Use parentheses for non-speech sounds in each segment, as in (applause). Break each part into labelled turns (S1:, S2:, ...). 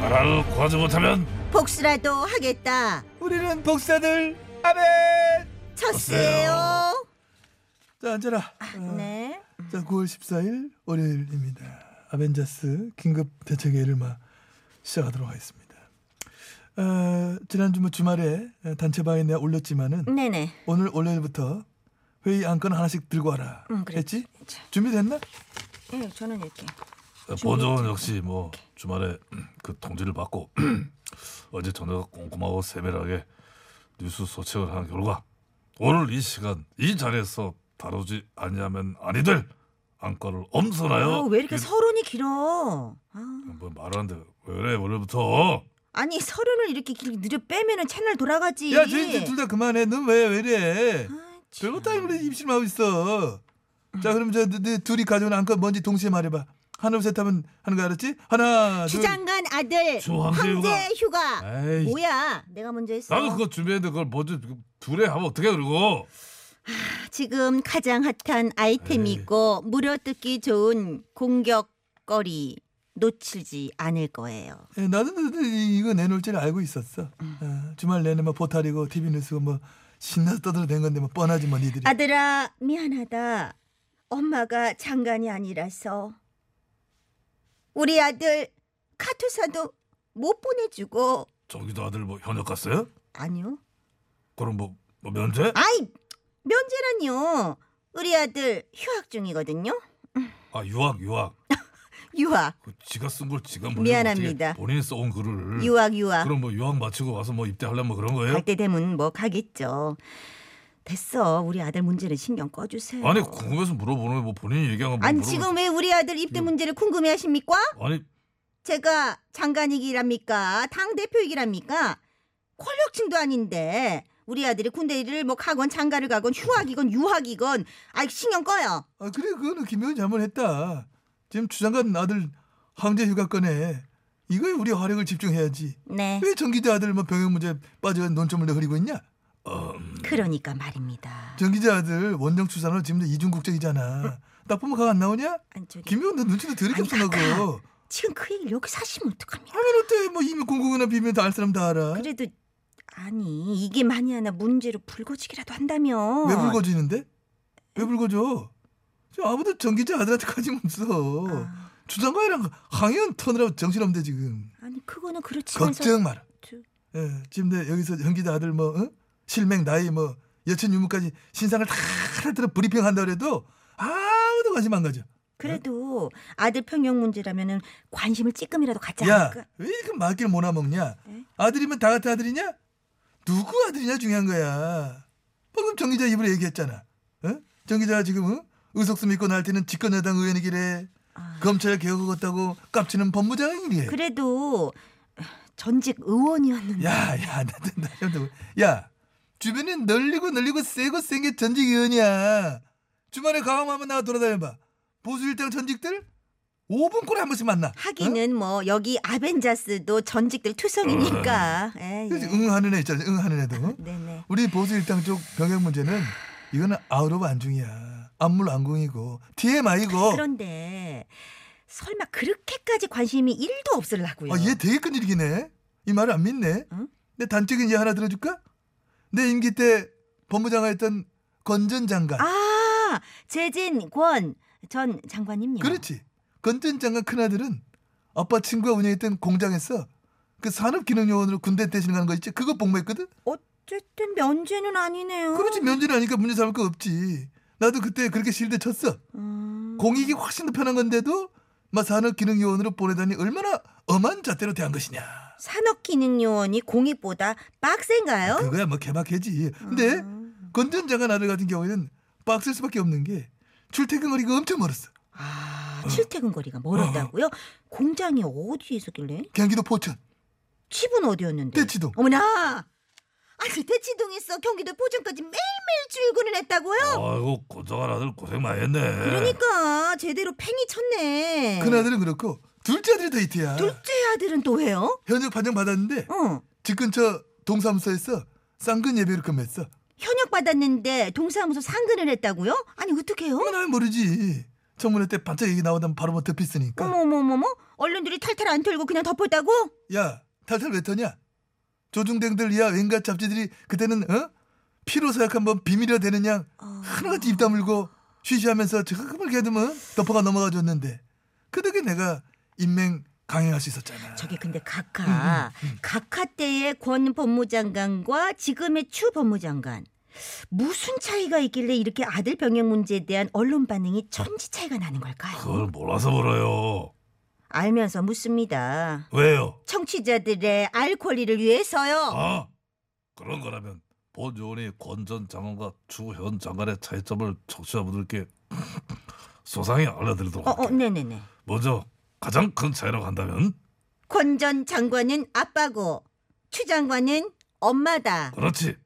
S1: 나라를 구하지 못하면
S2: 복수라도 하겠다.
S3: 우리는 복사들 아멘.
S2: 쳤어요.
S3: 자 앉아라. 어,
S2: 네.
S3: 자 9월 14일 월요일입니다. 아벤자스 긴급 대책회의 를막 시작하도록 하겠습니다. 어, 지난주 뭐 주말에 단체 방에 내가 올렸지만은
S2: 네네.
S3: 오늘 월요일부터 회의 안건 하나씩 들고 와라.
S2: 음, 그래.
S3: 했지?
S2: 자.
S3: 준비됐나?
S2: 예, 저는 이렇게.
S1: 보조원 역시 뭐 주말에 그 통지를 받고 (clears throat) 어제 저녁 꼼꼼하고 세밀하게 뉴스 소책을 한 결과 오늘 이 시간 이 자리에서 다루지 아니하면 아니 될 안건을 엄선하여
S2: 어, 왜 이렇게
S1: 이-
S2: 서론이 길어? 아.
S1: 뭐 말하는데 왜 그래 오늘부터
S2: 아니 서론을 이렇게 길게 느려 빼면은 채널 돌아가지.
S3: 야, 주인들 둘 다 그만해. 넌 왜 왜 이래?
S2: 예. 아, 참. 음.
S3: 별것도 아닌 우리 입실만 하고 있어. 자, 그럼 저 너- 너 둘이 가져온 안건 뭔지 동시에 말해봐. 하나 셋 하면 하는 거 알았지? 하나, 둘.
S2: 주장관 아들
S1: 주황제
S2: 황제
S1: 휴가
S2: 휴가.
S1: 에이
S2: 뭐야? 내가 먼저 했어.
S1: 나도 그거 준비했는데 그걸 먼저 둘에 하면 어떻게 그리고
S2: 지금 가장 핫한 아이템이고 물어뜯기 좋은 공격거리 놓치지 않을 거예요.
S3: 예, 나도 너- 너 이- 이거 내놓을 줄 알고 있었어. 어, 주말 내내 뭐 보탈이고 TV 뉴스고 뭐 신나서 떠들어댄 건데 뭐 뻔하지 뭐 니들이.
S2: 아들아 미안하다. 엄마가 장관이 아니라서 우리 아들 카투사도 못 보내주고
S1: 저기도 아들 뭐 현역 갔어요?
S2: 아니요.
S1: 그럼 뭐, 뭐 면제?
S2: 아이 면제라니요. 우리 아들 휴학 중이거든요.
S1: 아 유학 유학
S2: 유학
S1: 그 지가 쓴 걸 지가 몰라
S2: 미안합니다.
S1: 본인이 써온 글을
S2: 유학 유학.
S1: 그럼 뭐 유학 마치고 와서 뭐 입대하려면 뭐 음. 그런 거예요?
S2: 갈 때 되면 뭐 가겠죠. 됐어. 우리 아들 문제는 신경 꺼주세요.
S1: 아니 궁금해서 물어보는 뭐 본인이 음. 얘기한 거뭐
S2: 아니, 지금 왜 우리 아들 입대 문제를 궁금해 하십니까?
S1: 아니
S2: 제가 장관이기랍니까? 당대표이기랍니까? 권력층도 아닌데 우리 아들이 군대를 뭐 가건 장가를 가건 휴학이건 유학이건 아이 신경 꺼요.
S3: 아, 그래 그거는 김영이 잘못했다. 지금 주장관 아들 황제 휴가 건에 이거에 우리 화력을 집중해야지.
S2: 네.
S3: 왜 전기자 아들 뭐 병역 문제 빠져 논점을 내흐리고 있냐?
S1: 어, 음,
S2: 그러니까 말입니다.
S3: 전기자 아들 원정 출산으로 지금 이중 국적이잖아. 나쁘면 가 안 나오냐?
S2: 아니, 저기
S3: 김영 너 눈치도 더럽게
S2: 아니,
S3: 없어
S2: (laughs)
S3: 너 그거.
S2: 지금 그 얘기를 여기 사시면 어떡합니까?
S3: 하면 어때? 뭐 이미 공공이나 비면 다 알 사람 다 알아.
S2: 그래도 아니 이게 만이 하나 문제로 불거지기라도 한다면
S3: 왜 불거지는데? 왜 불거져? 저 아무도 전기자 아들한테 관심 없어.
S2: 아,
S3: 주장관이랑 항의원 터느라 정신없는데 지금.
S2: 아니 그거는 그렇지만서
S3: 걱정 마라.
S2: 두-
S3: 예, 지금 내 여기서 전기자 아들 뭐 어? 실맹 나이 뭐 여친 유무까지 신상을 다 하나 들어 브리핑 한다 그래도 아무도 관심 안 가져.
S2: 그래도 아들 평역 문제라면은 관심을 찌끔이라도 갖지
S3: 야,
S2: 않을까?
S3: 왜 이렇게 막길 못나 먹냐?
S2: 에?
S3: 아들이면 다 같은 아들이냐? 누구 아들이냐 중요한 거야. 방금 정 기자 입으로 얘기했잖아. 어? 정 기자가 지금 어? 의석수 믿고 날 때는 집권 여당 의원이길래
S2: 아.
S3: 검찰 개혁하겠다고 깝치는 법무장이래.
S2: 그래도 전직 의원이었는데
S3: 야, 야, 나, 나, 나, 좀 더. 야, 주변에 널리고 널리고 세고 센 게 전직 의원이야. 주말에 가방 한번 나가 돌아다녀봐. 보수 일당 전직들 5분 꼴에 한 번씩 만나. 어?
S2: 하기는 뭐 여기 아벤자스도 전직들 투성이니까. 예,
S3: 어. 그래서 음.
S2: 예.
S3: 응하는 애 있잖아. 응하는 애도. 어?
S2: 네네.
S3: 우리 보수 일당 쪽 병역 문제는 이거는 아웃 오브 안중이야. 안물 안궁이고 TMI고.
S2: 그런데 설마 그렇게까지 관심이 1도 없을라고요?
S3: 아, 얘 되게 끈질기네. 이 말을 안 믿네.
S2: 응?
S3: 내 단적인 얘 하나 들어줄까? 내 임기 때 법무장관했던 건전 장관.
S2: 아, 재진 권 전 장관님요.
S3: 그렇지. 건전 장관 큰아들은 아빠 친구가 운영했던 공장에서 그 산업기능요원으로 군대 대신 가는 거 있지? 그거 복무했거든?
S2: 어쨌든 면제는 아니네요.
S3: 그렇지. 면제를 하니까 문제 삼을 거 없지. 나도 그때 그렇게 실드 쳤어.
S2: 음.
S3: 공익이 훨씬 더 편한 건데도 막 산업기능요원으로 보내다니 얼마나 엄한 잣대로 대한 것이냐.
S2: 산업기능요원이 공익보다 빡센가요?
S3: 그거야 뭐 개막해지. 근데
S2: 어? 음.
S3: 건전장관 아들 그- 어. 같은 경우에는 빡셀 수밖에 없는 게 출퇴근 거리가 엄청 멀었어.
S2: 아, 아, 출퇴근 거리가 멀었다고요? 공장이 어디에 있었길래?
S3: 경기도 포천
S2: 집은 어디였는데?
S3: 대치동.
S2: 어머나! 아니 대치동에서 경기도 포천까지 매일매일 출근을
S3: 어,
S2: 했다고요?
S1: 아이고 고정한 아들 고생 많이 했네.
S2: 그러니까 제대로 팽이 쳤네.
S3: 큰아들은 그렇고 둘째 아들이 데이트야
S2: 둘째 아들은 또 왜요?
S3: 현역 판정 받았는데
S2: 어.
S3: 집 근처 동사무소에서 쌍근 예배를 금했어
S2: 현역 받았는데 동사무소 상근을 했다고요? 아니 어떡해요?
S3: 그건 아예 모르지 청문회 때 반짝 얘기 나오다면 바로 뭐 덮였으니까
S2: 어머머머머 얼른들이 탈탈 안 털고 그냥 덮었다고?
S3: 야 탈탈 왜 터냐 조중댕들 이하 왠가 잡지들이 그때는 어? 피로 사약 한번 비밀이라 되는 양 하나같이 입 다물고 쉬쉬하면서 저금을 개두면 덮어가 넘어가 줬는데 그 덕에 내가 인맹 강행할 수 있었잖아
S2: 저기 근데 각하
S1: 음,
S2: 각하 때의 권 법무장관과 지금의 추 법무장관 무슨 차이가 있길래 이렇게 아들 병역 문제에 대한 언론 반응이 천지 차이가 나는 걸까요?
S1: 그걸 몰라서 물어요.
S2: 알면서 묻습니다.
S1: 왜요?
S2: 청취자들의 알 권리를 위해서요.
S1: 아 그런 거라면 본 요원이 권 전 장관과 추 현 장관의 차이점을 청취자분들께 (laughs) 소상히 알려드리도록
S2: 어, 어,
S1: 할게요.
S2: 네네네.
S1: 먼저 가장 큰 차이라고 한다면
S2: 권 전 장관은 아빠고 추 장관은 엄마다.
S1: 그렇지.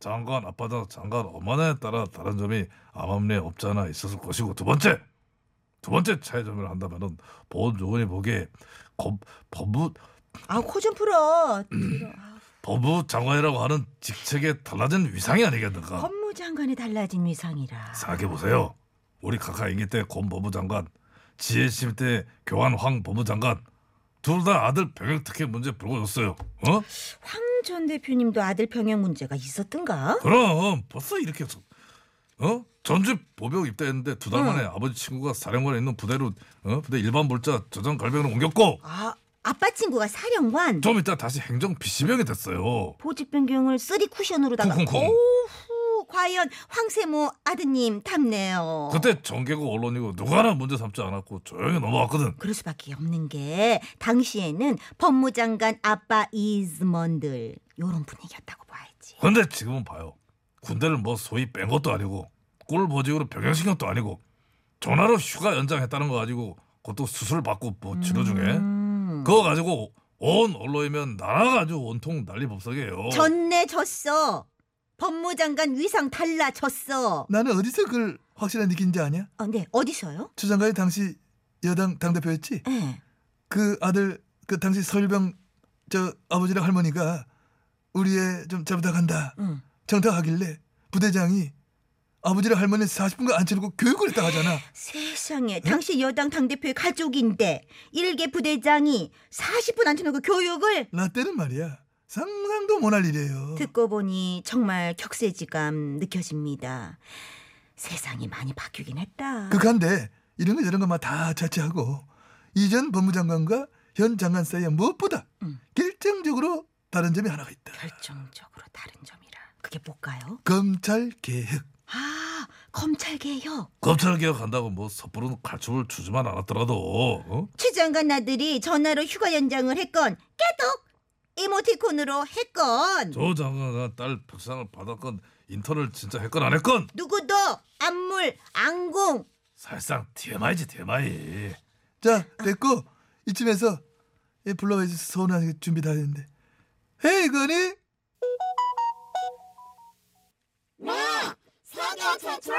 S1: 장관 아빠다 장관 엄마냐에 따라 다른 점이 암암리에 없지 않아 있었을 것이고 두 번째 두 번째 차이점을 한다면은 본 요원이 보기에 검- 법무
S2: 아, 코 좀 풀어.
S1: 음,
S2: 뒤로. 아,
S1: 법무 장관이라고 하는 직책에 달라진 위상이 아니겠는가?
S2: 법무장관의 달라진 위상이라.
S1: 생각해 보세요. 우리 각하 임기 때권 법무장관, 지혜심 때 교환 황 법무장관 둘 다 아들 병역 특혜 문제 불거졌어요. 어?
S2: 황 전 대표님도 아들 병역 문제가 있었던가?
S1: 그럼 벌써 이렇게 저- 어? 전주 보병 입대했는데 두 달 만에 아버지 친구가 사령관에 있는 부대로 어? 부대 일반 물자 저장 갈병으로 옮겼고
S2: 아, 아빠 친구가 사령관.
S1: 좀 이따 다시 행정 비시병이 됐어요.
S2: 보직 변경을 쓰리 쿠션으로다가
S1: 쿵쿵쿵.
S2: 오후 과연 황세모 아드님 탐네요.
S1: 그때 정계고 언론이고 누가 하나 문제 삼지 않았고 조용히 넘어갔거든.
S2: 럴 수밖에 없는 게 당시에는 법무장관 아빠 이즈먼들 요런 분위기였다고 봐야지.
S1: 근데 지금은 봐요. 군대를 뭐 소위 뺀 것도 아니고 꿀보직으로 병역신경도 아니고 전화로 휴가 연장했다는 거 가지고 그것도 수술 받고 뭐 치료 중에
S2: 음.
S1: 그거 가지고 온 언론이면 나라가 아주 온통 난리법석이에요.
S2: 전내 졌어. 법무장관 위상 달라졌어.
S3: 나는 어디서 그걸 확실한 느낀지 아냐?
S2: 어, 네 어디서요?
S3: 추 장관이 당시 여당 당대표였지?
S2: 예.
S3: 그 아들 그 당시 서일병 저 아버지랑 할머니가 우리의 좀 잡부탁한다
S2: 음.
S3: 정탁하길래 부대장이 아버지랑 할머니 40분간 앉혀놓고 교육을 했다 하잖아
S2: 세상에 당시 여당 당대표의 가족인데 일개 부대장이 40분 앉혀놓고 교육을
S3: 나 때는 말이야 상상도 못할 일이에요
S2: 듣고 보니 정말 격세지감 느껴집니다. 세상이 많이 바뀌긴 했다.
S3: 극한데 이런 거 저런 것만 다 자체하고 이전 법무장관과 현 장관 사이에 무엇보다
S2: 음.
S3: 결정적으로 다른 점이 하나가 있다
S2: 결정적으로 다른 점이라 그게 뭘까요?
S3: 검찰 개혁
S2: 아 검찰 개혁.
S1: 검찰 개혁한다고 뭐 섣부른 갈춤을 추지만 않았더라도 어?
S2: 최 장관 아들이 전화로 휴가 연장을 했건 깨독 이모티콘으로 했건
S1: 조 장관과 딸 백상을 받았건 인턴을 진짜 했건 안 했건
S2: 누구도 안물 안공
S1: 사실상 TMI지 TMI.
S3: 자 됐고 이쯤에서 예, 불러와 주서 서운한 게 준비 다 됐는데 헤이 건이
S4: 네, 세계 최초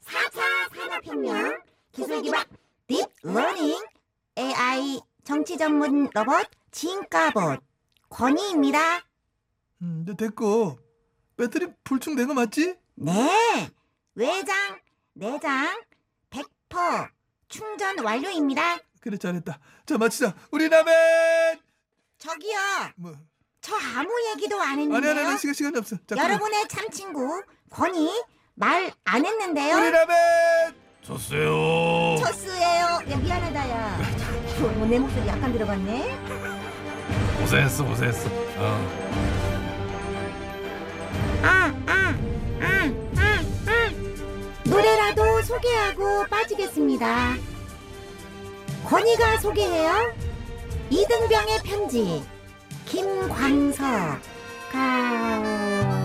S4: 4차 산업혁명 기술기반 딥러닝 AI 정치 전문 로봇 진가봇 권희입니다.
S3: 음, 이제 됐고 배터리 불충된 거 맞지?
S4: 네, 외장, 내장, 100% 충전 완료입니다.
S3: 그래 잘했다. 자 마치자. 우리 라멘.
S4: 저기요,
S3: 뭐
S4: 저 아무 얘기도 안
S3: 아니 아니
S4: 했는데요.
S3: 아니 시간 시간이 없어. 자,
S4: 여러분의 참친구 권희 말 안
S3: 그럼. 우리
S4: 했는데요.
S3: 라멘.
S1: 좋세요.
S4: 첫수예요. 야 미안하다 야. 뭐, 내 목소리 약간 들어갔네.
S1: 고생했어 고생했어. 어.
S4: 노래라도 소개하고 빠지겠습니다. 권희가 소개해요. 이등병의 편지 김광석 가오.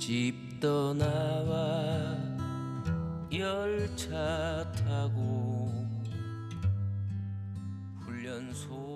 S5: 집 떠나와 열차 타고 훈련소